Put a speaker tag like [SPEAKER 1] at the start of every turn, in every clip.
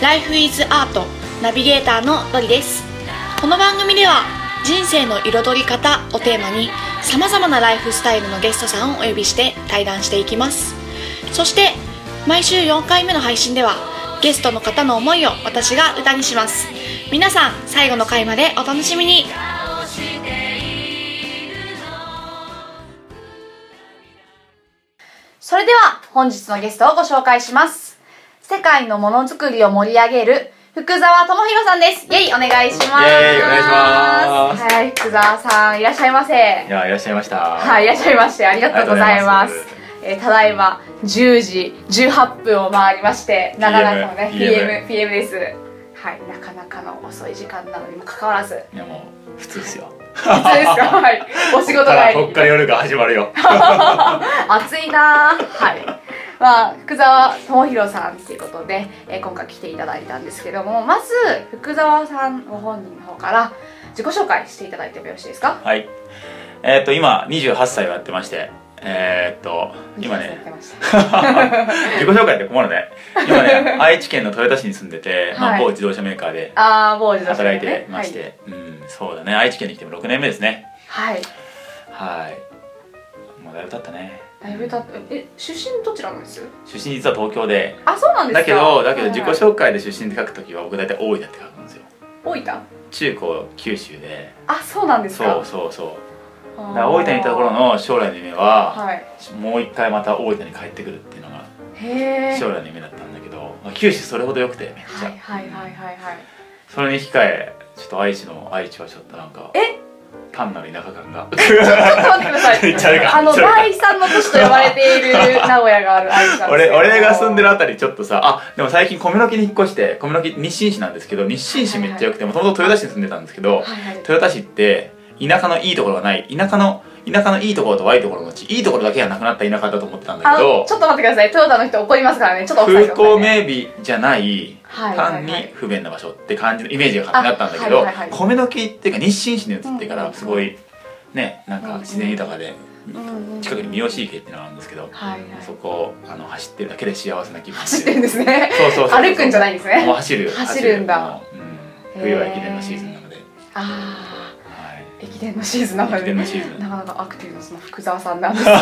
[SPEAKER 1] Life is Art ナビゲーターのロリですこの番組では人生の彩り方をテーマにさまざまなライフスタイルのゲストさんをお呼びして対談していきますそして毎週4回目の配信ではゲストの方の思いを私が歌にします皆さん最後の回までお楽しみにそれでは本日のゲストをご紹介します世界のものづくりを盛り上げる福沢智弘さんですイェイお願いします
[SPEAKER 2] イェイお願いします
[SPEAKER 1] はい福沢さんいらっしゃいま
[SPEAKER 2] い
[SPEAKER 1] せ
[SPEAKER 2] やいらっしゃいました。
[SPEAKER 1] はいいらっしゃいましてありがとうございます
[SPEAKER 2] ありがとうございます
[SPEAKER 1] えーただいま10時18分を回りまして長々とね PM,
[SPEAKER 2] PM
[SPEAKER 1] PM ですはいなかなかの遅い時間なのにもかかわらず
[SPEAKER 2] いやもう普通ですよ。
[SPEAKER 1] 普通ですかはいお仕事
[SPEAKER 2] ただ
[SPEAKER 1] 帰
[SPEAKER 2] こ
[SPEAKER 1] り
[SPEAKER 2] っから夜が始ま るよ。
[SPEAKER 1] 暑いなぁはいまあ、福沢智弘さんということで、えー今回来ていただいたんですけどもまず福沢さんご本人の方から自己紹介していただいてもよろしいですか
[SPEAKER 2] はい。えっ、と今28歳をやってまして、えっ、と今
[SPEAKER 1] 言っ
[SPEAKER 2] ね
[SPEAKER 1] てました
[SPEAKER 2] 自己紹介って困るね。今ね 愛知県の豊田市に住んでて、ま
[SPEAKER 1] は
[SPEAKER 2] あ
[SPEAKER 1] い
[SPEAKER 2] 某自動車メーカーで
[SPEAKER 1] ああ某自動車で
[SPEAKER 2] 働
[SPEAKER 1] ね
[SPEAKER 2] いてまして、うんそうだね愛知県に来ても6年目ですね。
[SPEAKER 1] はい、はい
[SPEAKER 2] はい。もうだいぶ経ったね。
[SPEAKER 1] だいぶ経ってえ出身どちらなんです
[SPEAKER 2] 出身実は東京で。
[SPEAKER 1] あそうなんですか
[SPEAKER 2] だけどだけど自己
[SPEAKER 1] はい
[SPEAKER 2] 紹介で出身で書くときは僕大体大分って書くんですよ。
[SPEAKER 1] はい大分
[SPEAKER 2] 中高九州で。
[SPEAKER 1] あそうなんです
[SPEAKER 2] そ
[SPEAKER 1] か
[SPEAKER 2] うそうそう。
[SPEAKER 1] あー
[SPEAKER 2] だから大分にいた頃の将来の夢は、
[SPEAKER 1] はい
[SPEAKER 2] もう一回また大分に帰ってくるっていうのが
[SPEAKER 1] へえ
[SPEAKER 2] 将来の夢だったんだけど、まあ九州それほど良くてめっちゃ、
[SPEAKER 1] はいはいはいはいはい
[SPEAKER 2] それに引き換えちょっと愛知の愛知はちょっとなんか
[SPEAKER 1] え
[SPEAKER 2] 単なる田舎感が
[SPEAKER 1] ちょっと待ってください
[SPEAKER 2] 言っちゃうか
[SPEAKER 1] あの
[SPEAKER 2] 言っちゃうか
[SPEAKER 1] 第三の都市と呼ばれている名古屋がある愛知なんですけ
[SPEAKER 2] 俺
[SPEAKER 1] ど
[SPEAKER 2] 俺が住んでるあたりちょっとさあでも最近小室に引っ越して小室日清市なんですけど日清市めっちゃ良くてもともと豊田市に住んでたんですけど、
[SPEAKER 1] はいはい
[SPEAKER 2] 豊田市って田舎のいいところがない田舎の田舎のいいところと悪いところのうちいいところだけがなくなった田舎だと思ってたんだ
[SPEAKER 1] あ
[SPEAKER 2] け
[SPEAKER 1] の
[SPEAKER 2] ど
[SPEAKER 1] ちょっと待ってくださいトヨタの人怒りますからねちょっとお伝え
[SPEAKER 2] 風
[SPEAKER 1] くださ
[SPEAKER 2] 光
[SPEAKER 1] いね
[SPEAKER 2] 明媚じゃない
[SPEAKER 1] はいはいはい
[SPEAKER 2] 単に不便な場所って感じのイメージが勝手にあったんだけ
[SPEAKER 1] あ
[SPEAKER 2] ど
[SPEAKER 1] はいはいはい
[SPEAKER 2] 米時っていうか日清市に移ってか
[SPEAKER 1] うん
[SPEAKER 2] らすごいねなんか自然豊かで
[SPEAKER 1] うんうん
[SPEAKER 2] 近くに三好池っていうのがあるんですけど
[SPEAKER 1] はいはい
[SPEAKER 2] そこをあの走ってるだけで幸せな気分
[SPEAKER 1] 走ってるんですね
[SPEAKER 2] そうそうそう
[SPEAKER 1] 歩くんじゃないんですね
[SPEAKER 2] もう走る
[SPEAKER 1] 走るんだ
[SPEAKER 2] 走るもううん冬は駅伝のシーズンなので
[SPEAKER 1] あ
[SPEAKER 2] はい
[SPEAKER 1] ー駅伝のシーズンなの
[SPEAKER 2] 駅伝
[SPEAKER 1] で
[SPEAKER 2] のシーズ
[SPEAKER 1] な
[SPEAKER 2] ン
[SPEAKER 1] かなかアクティブなその福沢さんなんですけど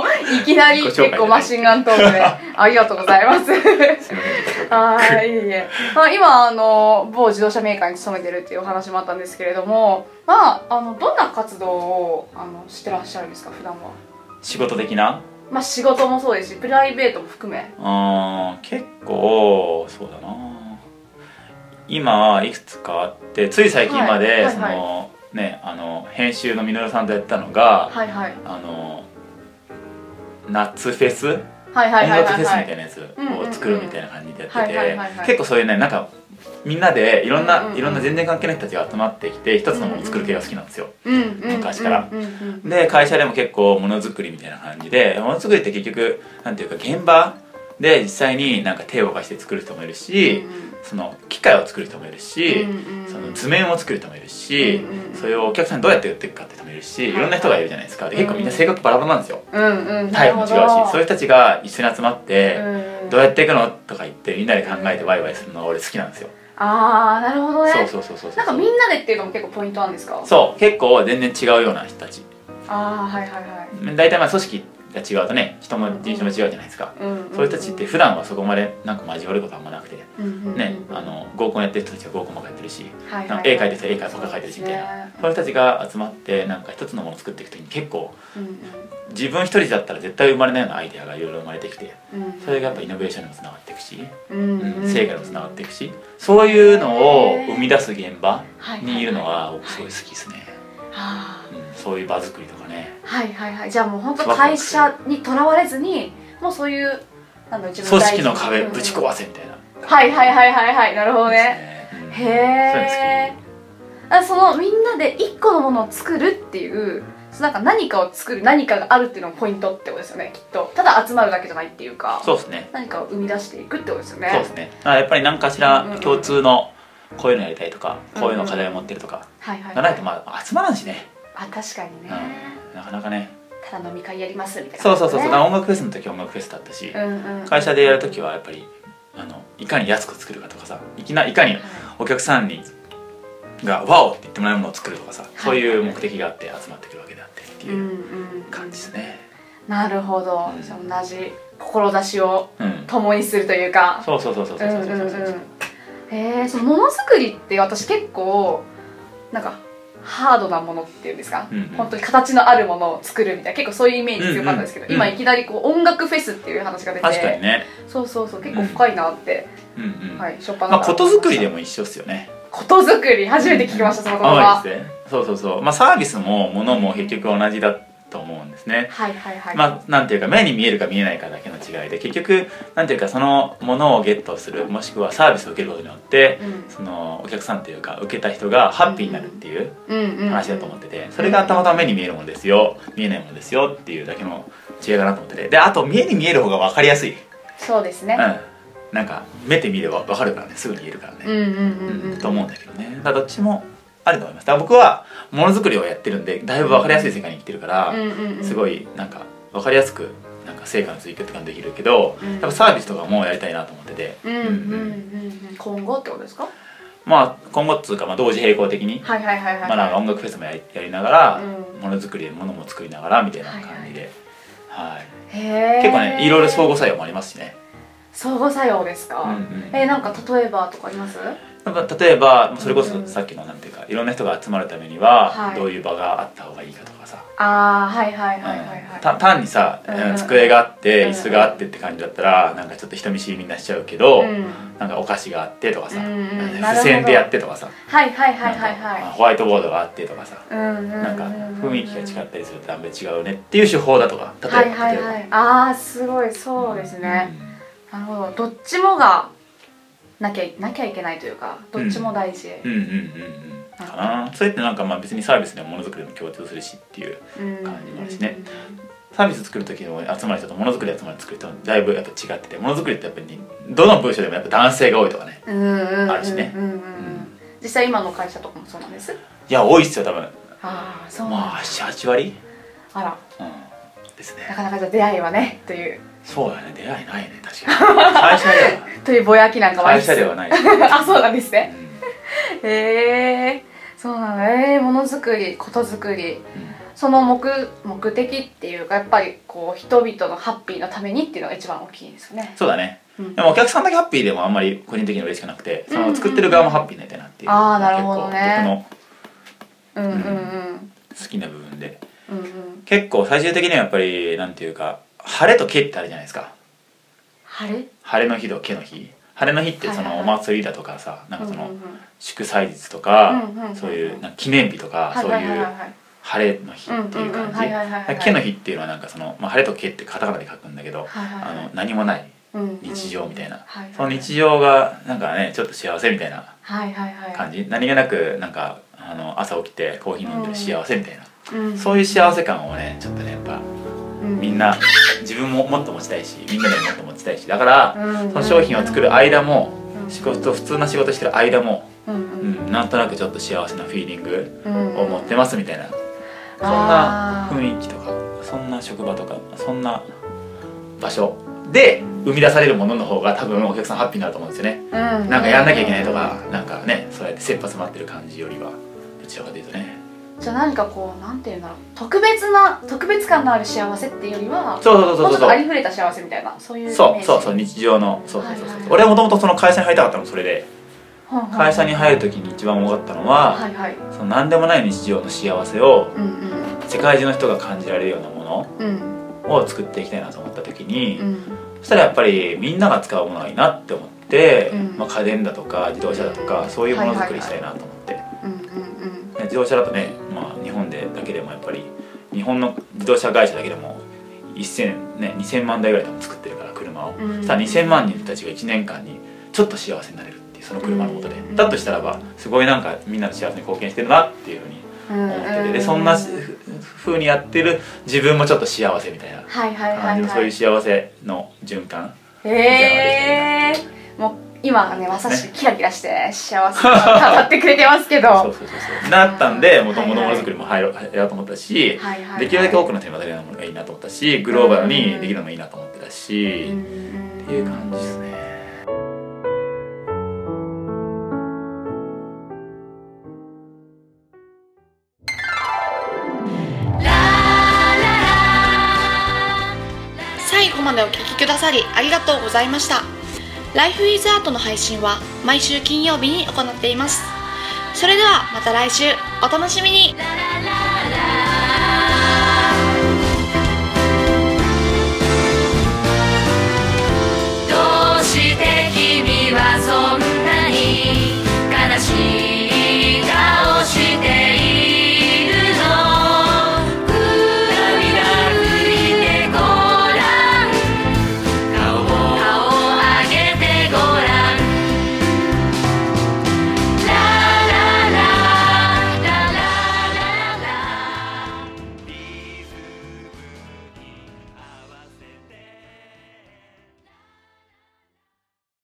[SPEAKER 1] もいきなり
[SPEAKER 2] ご紹介
[SPEAKER 1] 結構マシンガントーク でありがとうございます
[SPEAKER 2] すいませんちょっと
[SPEAKER 1] あーいえいえ、まあ、今あの某自動車メーカーに勤めてるっていうお話もあったんですけれどもまああのどんな活動をあのしてらっしゃるんですか普段は
[SPEAKER 2] 仕事的な
[SPEAKER 1] まあ仕事もそうですしプライベートも含め
[SPEAKER 2] あー結構そうだな今はいくつかあってつい最近ま
[SPEAKER 1] はい
[SPEAKER 2] で
[SPEAKER 1] はい
[SPEAKER 2] その、ねあの編集のみのるさんとやってたのが、
[SPEAKER 1] はいはい
[SPEAKER 2] あの夏フェス、
[SPEAKER 1] はいはいはい
[SPEAKER 2] 音楽
[SPEAKER 1] はい
[SPEAKER 2] フェスみ
[SPEAKER 1] は
[SPEAKER 2] た
[SPEAKER 1] い
[SPEAKER 2] いなやつ
[SPEAKER 1] うんうんうん
[SPEAKER 2] を作るみたいな感じでや
[SPEAKER 1] は
[SPEAKER 2] っ
[SPEAKER 1] いはいはい
[SPEAKER 2] て
[SPEAKER 1] はい
[SPEAKER 2] て結構そういうねなんかみんなでいろ
[SPEAKER 1] うん
[SPEAKER 2] ん
[SPEAKER 1] うん
[SPEAKER 2] な、
[SPEAKER 1] うん
[SPEAKER 2] いろんな全然関係ない人たちが集まってきて一つのものを作る系が好きなんですよ。
[SPEAKER 1] うんうんうん
[SPEAKER 2] 昔から
[SPEAKER 1] うんうん
[SPEAKER 2] で会社でも結構ものづくりみたいな感じでものづくりって結局なんていうか現場で実際になんか手を動かして作る人もいるし、その機械を作る人もいるし、その図面を作る人もいるし、
[SPEAKER 1] うんうんうん
[SPEAKER 2] それをお客さんにどうやって売っていくかって人もいるし、
[SPEAKER 1] い
[SPEAKER 2] いろんな人がいるじゃないですかで結構みんな性格バラバラなんですよ、
[SPEAKER 1] うんうんうん
[SPEAKER 2] タイプも違うしそういう人たちが一緒に集まって、
[SPEAKER 1] う
[SPEAKER 2] どう
[SPEAKER 1] や
[SPEAKER 2] やっていくのとか言ってみんなで考えてワイワイするのが俺好きなんですよ、
[SPEAKER 1] ああなるほどね
[SPEAKER 2] そうそうそうそうそう
[SPEAKER 1] なんかみんなでっていうのも結構ポイントなんですか
[SPEAKER 2] そう結構全然違うような人たち
[SPEAKER 1] ああはいはいはい
[SPEAKER 2] 大体まあ組織が違うとね人も人種も違うじゃないですか、
[SPEAKER 1] うんうんうん
[SPEAKER 2] そういう人たちって普段はそこまでなんか交わることあんまなくて
[SPEAKER 1] うんうんうん
[SPEAKER 2] ね、あの合コンやってる人たちは合コンばっかやってるし
[SPEAKER 1] はい
[SPEAKER 2] なん
[SPEAKER 1] は
[SPEAKER 2] か
[SPEAKER 1] い
[SPEAKER 2] 絵描いてる人は絵描いてばっか描いてるしみたいなそういう人たちが集まってなんか一つのものを作っていく時に結構
[SPEAKER 1] うん
[SPEAKER 2] 自分一人だったら絶対生まれないようなアイデアがいろいろ生まれてきて
[SPEAKER 1] うんうん
[SPEAKER 2] それがやっぱイノベーションにもつながっていくし、
[SPEAKER 1] うん
[SPEAKER 2] う
[SPEAKER 1] うん
[SPEAKER 2] ん、成果にもつながっていくしそういうのを生み出す現場
[SPEAKER 1] はいはい
[SPEAKER 2] にいるのが僕すごい好きですね、
[SPEAKER 1] あー
[SPEAKER 2] うん、そういう場作りとかね
[SPEAKER 1] はいはいはいじゃあもう本当会社にとらわれずにもうそういうなんだろう自分の
[SPEAKER 2] 組
[SPEAKER 1] 大事
[SPEAKER 2] 織
[SPEAKER 1] な
[SPEAKER 2] の壁ぶち壊せみたいな
[SPEAKER 1] はいはいはいはいはいなるほどね
[SPEAKER 2] ですね
[SPEAKER 1] へ
[SPEAKER 2] そういう
[SPEAKER 1] え
[SPEAKER 2] の好
[SPEAKER 1] あそのみんなで一個のものを作るっていうそのなんか何かを作る何かがあるっていうのがポイントってことですよねきっとただ集まるだけじゃないっていうか
[SPEAKER 2] きそうですね
[SPEAKER 1] 何かを生み出していくってことですよね
[SPEAKER 2] そうですねだからやっぱり何かし
[SPEAKER 1] うんうんう
[SPEAKER 2] ら
[SPEAKER 1] ん
[SPEAKER 2] 共通のこういうのやりたいとか
[SPEAKER 1] うん
[SPEAKER 2] こういうの課題を持ってるとか
[SPEAKER 1] はいはい、
[SPEAKER 2] がないとまあ集まらんしね
[SPEAKER 1] あ確かにね、
[SPEAKER 2] なかなかね
[SPEAKER 1] ただ飲み会やりますみたいな
[SPEAKER 2] そう
[SPEAKER 1] 感じ
[SPEAKER 2] そ
[SPEAKER 1] ね、
[SPEAKER 2] うそうそうだから音楽フェスの時は音楽フェスだったし
[SPEAKER 1] うんうん
[SPEAKER 2] 会社でやる時はやっぱりあのいかに安く作るかとかさいきないかにお客さんにが「ワオ!」って言ってもらうものを作るとかさ、そういう目的があって集まってくるわけであってって
[SPEAKER 1] うんう
[SPEAKER 2] いうん感じですね。
[SPEAKER 1] なるほど
[SPEAKER 2] うん
[SPEAKER 1] じゃあ同じ志を
[SPEAKER 2] うん、
[SPEAKER 1] 共にするというか
[SPEAKER 2] そうそうそうそう
[SPEAKER 1] う
[SPEAKER 2] そ
[SPEAKER 1] ん
[SPEAKER 2] う
[SPEAKER 1] う
[SPEAKER 2] そ
[SPEAKER 1] ん
[SPEAKER 2] う
[SPEAKER 1] う
[SPEAKER 2] そうそうん
[SPEAKER 1] えー、そのものづくりって私結構なんかハードなものっていうんですか、
[SPEAKER 2] うんうん
[SPEAKER 1] 本当に形のあるものを作るみたいな結構そういうイメージ強かったんですけど、
[SPEAKER 2] うんうん
[SPEAKER 1] 今いきなりこう音楽フェスっていう話が出て
[SPEAKER 2] 確かにね。
[SPEAKER 1] そうそうそう結構深いなって、
[SPEAKER 2] うんうん。
[SPEAKER 1] はい初っ端
[SPEAKER 2] まあことづくりで
[SPEAKER 1] も
[SPEAKER 2] も一緒っすよね。
[SPEAKER 1] ことづくり初めて聞きましたその言葉、
[SPEAKER 2] あいいですね。そうそうそう。まあサービスもものも結局同じだと思うんですね。
[SPEAKER 1] はいはいはい、
[SPEAKER 2] まあ、なんていうか目に見えるか見えないかだけの違いで結局なんていうかそのものをゲットするもしくはサービスを受けることによって
[SPEAKER 1] うん
[SPEAKER 2] そのお客さんというか受けた人がハッピーになるっていう
[SPEAKER 1] うんうんうん
[SPEAKER 2] 話だと思っててそれがたまたま目に見えるものですよ見えないものですよっていうだけの違いかなと思っててであと目に見える方が分かりやすい、う
[SPEAKER 1] そうですね
[SPEAKER 2] ん、なんか目で見れば分かるからねすぐに言えるからね、
[SPEAKER 1] うんうんうんうん、
[SPEAKER 2] と思うんだけどねだからどっちもあると思いますだから僕はものづくりをやってるんでだいぶ分かりやすい世界に生きてるから、
[SPEAKER 1] うんうんうん、
[SPEAKER 2] すごいなんか分かりやすくなんか成果の追求とかもできるけど、
[SPEAKER 1] うん
[SPEAKER 2] やっぱサービスとかもやりたいなと思ってて、
[SPEAKER 1] うんうんう
[SPEAKER 2] うん
[SPEAKER 1] うん
[SPEAKER 2] ん
[SPEAKER 1] うん今後ってことですか
[SPEAKER 2] まあ今後っつうか、まあ、同時並行的に、
[SPEAKER 1] はいはいはいはい、
[SPEAKER 2] まあ、なんか音楽フェスもやりやりながら、
[SPEAKER 1] うん
[SPEAKER 2] ものづくりでものも作りながらみたいな感じで、はい
[SPEAKER 1] へー
[SPEAKER 2] 結構ねいろいろ相互作用もありますしね、
[SPEAKER 1] 相互作用ですか、
[SPEAKER 2] うんうん
[SPEAKER 1] えーなんか例えばとかあります
[SPEAKER 2] なんか例えばそれこ
[SPEAKER 1] う
[SPEAKER 2] そ
[SPEAKER 1] ん
[SPEAKER 2] さっきのなんていうかいろんな人が集まるためには、
[SPEAKER 1] はい
[SPEAKER 2] どういう場があった方がいいかとかさ、
[SPEAKER 1] ああはいはいはいはいはい
[SPEAKER 2] た単にさ、
[SPEAKER 1] うん
[SPEAKER 2] 机があって
[SPEAKER 1] うん
[SPEAKER 2] 椅子があってって感じだったらなんかちょっと人見知りみんなしちゃうけど、
[SPEAKER 1] うん
[SPEAKER 2] なんかお菓子があってとかさ、
[SPEAKER 1] うんうん
[SPEAKER 2] なんか
[SPEAKER 1] なるほど
[SPEAKER 2] 付箋でやってとかさ
[SPEAKER 1] はいはいはいはい
[SPEAKER 2] なんかまあ
[SPEAKER 1] は
[SPEAKER 2] ホワイトボードがあってとかさ、
[SPEAKER 1] いうんうん
[SPEAKER 2] なんか
[SPEAKER 1] うんうん
[SPEAKER 2] 雰囲気が違ったりするとあんまり違うねっていう手法だとか例えば、
[SPEAKER 1] はいはい
[SPEAKER 2] 例えば
[SPEAKER 1] はいああすごいそうですね、、なるほどどっちもがなきゃなきゃいけないというかどっちも大事、
[SPEAKER 2] うん、うんうんうんうんかなそれってなんかまあ別にサービスでもものづくりでも共通するしっていう
[SPEAKER 1] うん
[SPEAKER 2] 感じもあるしねサービス作る時の集まる人とものづくり集まる作る人だいぶやっぱ違っててものづくりってやっぱりどの部署でもやっぱ男性が多いとかね
[SPEAKER 1] うんうんうんうん
[SPEAKER 2] あるしね
[SPEAKER 1] うんうんうん実際今の会社とかもそうなんです
[SPEAKER 2] いや多いっすよ多分
[SPEAKER 1] ああそうなん
[SPEAKER 2] ま
[SPEAKER 1] だ
[SPEAKER 2] あ78割、
[SPEAKER 1] あら
[SPEAKER 2] うん、です
[SPEAKER 1] な
[SPEAKER 2] ね
[SPEAKER 1] かなかじゃあ出会いはねという
[SPEAKER 2] そうだね出会いないね確かに会社では
[SPEAKER 1] というぼやきなんかは
[SPEAKER 2] 会社ではない、
[SPEAKER 1] あそうなんですね
[SPEAKER 2] う
[SPEAKER 1] へえそうなのえー、ものづくりことづくり
[SPEAKER 2] んうん
[SPEAKER 1] その目目的っていうかやっぱりこう人々のハッピーのためにっていうのが一番大きいですよね
[SPEAKER 2] そうだね、
[SPEAKER 1] うん
[SPEAKER 2] でもお客さんだけハッピーでもあんまり個人的には嬉しくなくてそ
[SPEAKER 1] うんうんう
[SPEAKER 2] の
[SPEAKER 1] ん
[SPEAKER 2] 作ってる側もハッピーになりたいなっていう
[SPEAKER 1] あーなるほどね
[SPEAKER 2] 結構
[SPEAKER 1] うんうんうん
[SPEAKER 2] 僕の好きな部分で
[SPEAKER 1] うんうん
[SPEAKER 2] 結構最終的にはやっぱりなんていうか晴れと毛ってあるじゃないですか
[SPEAKER 1] 晴れ
[SPEAKER 2] 晴れの日と毛の日晴れの日ってそ
[SPEAKER 1] はい
[SPEAKER 2] の
[SPEAKER 1] は
[SPEAKER 2] お
[SPEAKER 1] いはい
[SPEAKER 2] 祭りだとかさなんかそ
[SPEAKER 1] うん
[SPEAKER 2] の
[SPEAKER 1] うんうん
[SPEAKER 2] 祝祭日とか
[SPEAKER 1] うんうんうんうん
[SPEAKER 2] そういうなんか記念日とか
[SPEAKER 1] はい
[SPEAKER 2] そう
[SPEAKER 1] はいはいいうはい
[SPEAKER 2] 晴れの日っていう
[SPEAKER 1] うんうんう
[SPEAKER 2] 感
[SPEAKER 1] ん
[SPEAKER 2] じ
[SPEAKER 1] はいはいはいはい
[SPEAKER 2] 毛の日っていうのはなんかその、まあ、晴れと毛ってカタカナで書くんだけど
[SPEAKER 1] はいはい
[SPEAKER 2] あ
[SPEAKER 1] はい
[SPEAKER 2] の何もない
[SPEAKER 1] うんうん
[SPEAKER 2] 日常みたいな
[SPEAKER 1] はいはいはい
[SPEAKER 2] その日常がなんかねちょっと幸せみたいな
[SPEAKER 1] はいはいはい
[SPEAKER 2] 感じ何気なくなんかあの朝起きてコーヒー飲んでる幸せみたいな、
[SPEAKER 1] うん
[SPEAKER 2] そういう幸せ感をねちょっとねやっぱ
[SPEAKER 1] うん
[SPEAKER 2] みんな自分ももっと持ちたいしみんなでももっと持ちたいしだから
[SPEAKER 1] うんうん
[SPEAKER 2] その商品を作る間も
[SPEAKER 1] うん
[SPEAKER 2] 仕事普通の仕事してる間も、
[SPEAKER 1] うん
[SPEAKER 2] う
[SPEAKER 1] うん
[SPEAKER 2] ん、なんとなくちょっと幸せなフィーリング
[SPEAKER 1] うん
[SPEAKER 2] を持ってますみたいなそんな
[SPEAKER 1] あー
[SPEAKER 2] 雰囲気とかそんな職場とかそんな場所で生み出されるものの方が多分お客さんハッピーになると思うんですよね。
[SPEAKER 1] な
[SPEAKER 2] なんかやんなきゃいけないとか、なんかね、そうやって切羽詰まってる感じよりは、どちらかというとね。
[SPEAKER 1] じゃあ何かこうなんていうんだろう特別な特別感のある幸せっていうよりは
[SPEAKER 2] そうそうそう
[SPEAKER 1] もうちょっ
[SPEAKER 2] そう
[SPEAKER 1] と
[SPEAKER 2] そ
[SPEAKER 1] あ
[SPEAKER 2] う
[SPEAKER 1] り。ふれた幸せみたいなそういう
[SPEAKER 2] そうそうそうう日常のそうそうそ
[SPEAKER 1] はい
[SPEAKER 2] う
[SPEAKER 1] はい
[SPEAKER 2] そう。俺はもともとその会社に入りたかったのそれで、会社に入る
[SPEAKER 1] と
[SPEAKER 2] 時に一番多かったのは、
[SPEAKER 1] はいはい
[SPEAKER 2] その何でもない日常の幸せを
[SPEAKER 1] うん
[SPEAKER 2] 世界中の人が感じられるようなも
[SPEAKER 1] うんうん
[SPEAKER 2] のを作っていきたいなと思った時に、
[SPEAKER 1] うん
[SPEAKER 2] そしたらやっぱりみんなが使うものがいいなって思って、
[SPEAKER 1] うん
[SPEAKER 2] まあ家電だとか自動車だとかそういうものづくりしたいなと思って。
[SPEAKER 1] うんうん
[SPEAKER 2] ね自動車だとね、まあ、日本でだけでもやっぱり日本の自動車会社だけでも1000、ね、2000万台ぐらい多分作ってるから車を、
[SPEAKER 1] うん
[SPEAKER 2] そしたら2000万人たちが1年間にちょっと幸せになれるっていうその車のことで、
[SPEAKER 1] うん
[SPEAKER 2] だとしたらばすごいなんかみんなの幸せに貢献してるなっていうふうに
[SPEAKER 1] うん
[SPEAKER 2] 思ってて、
[SPEAKER 1] うん
[SPEAKER 2] でそんなふふうにやってる自分もちょっと幸せみたいな
[SPEAKER 1] はいはいは
[SPEAKER 2] 感
[SPEAKER 1] い
[SPEAKER 2] じのそう
[SPEAKER 1] は
[SPEAKER 2] いう
[SPEAKER 1] い
[SPEAKER 2] 幸せの循環
[SPEAKER 1] へえもう今ねまさしくキラキラして幸 せを語ってくれてますけど
[SPEAKER 2] そうそうそうそうなったんでもともとものづくりも入ろうやろうと思ったし、
[SPEAKER 1] はいはいはい
[SPEAKER 2] できるだけ多くの人に渡れるものがいいなと思ったしグローバルにできるのもいいなと思ってたし、
[SPEAKER 1] うんうん
[SPEAKER 2] っていう感じですね。
[SPEAKER 3] までお聞きくださりありがとうございましたライフイズアートの配信は毎週金曜日に行っていますそれではまた来週お楽しみに
[SPEAKER 4] ララ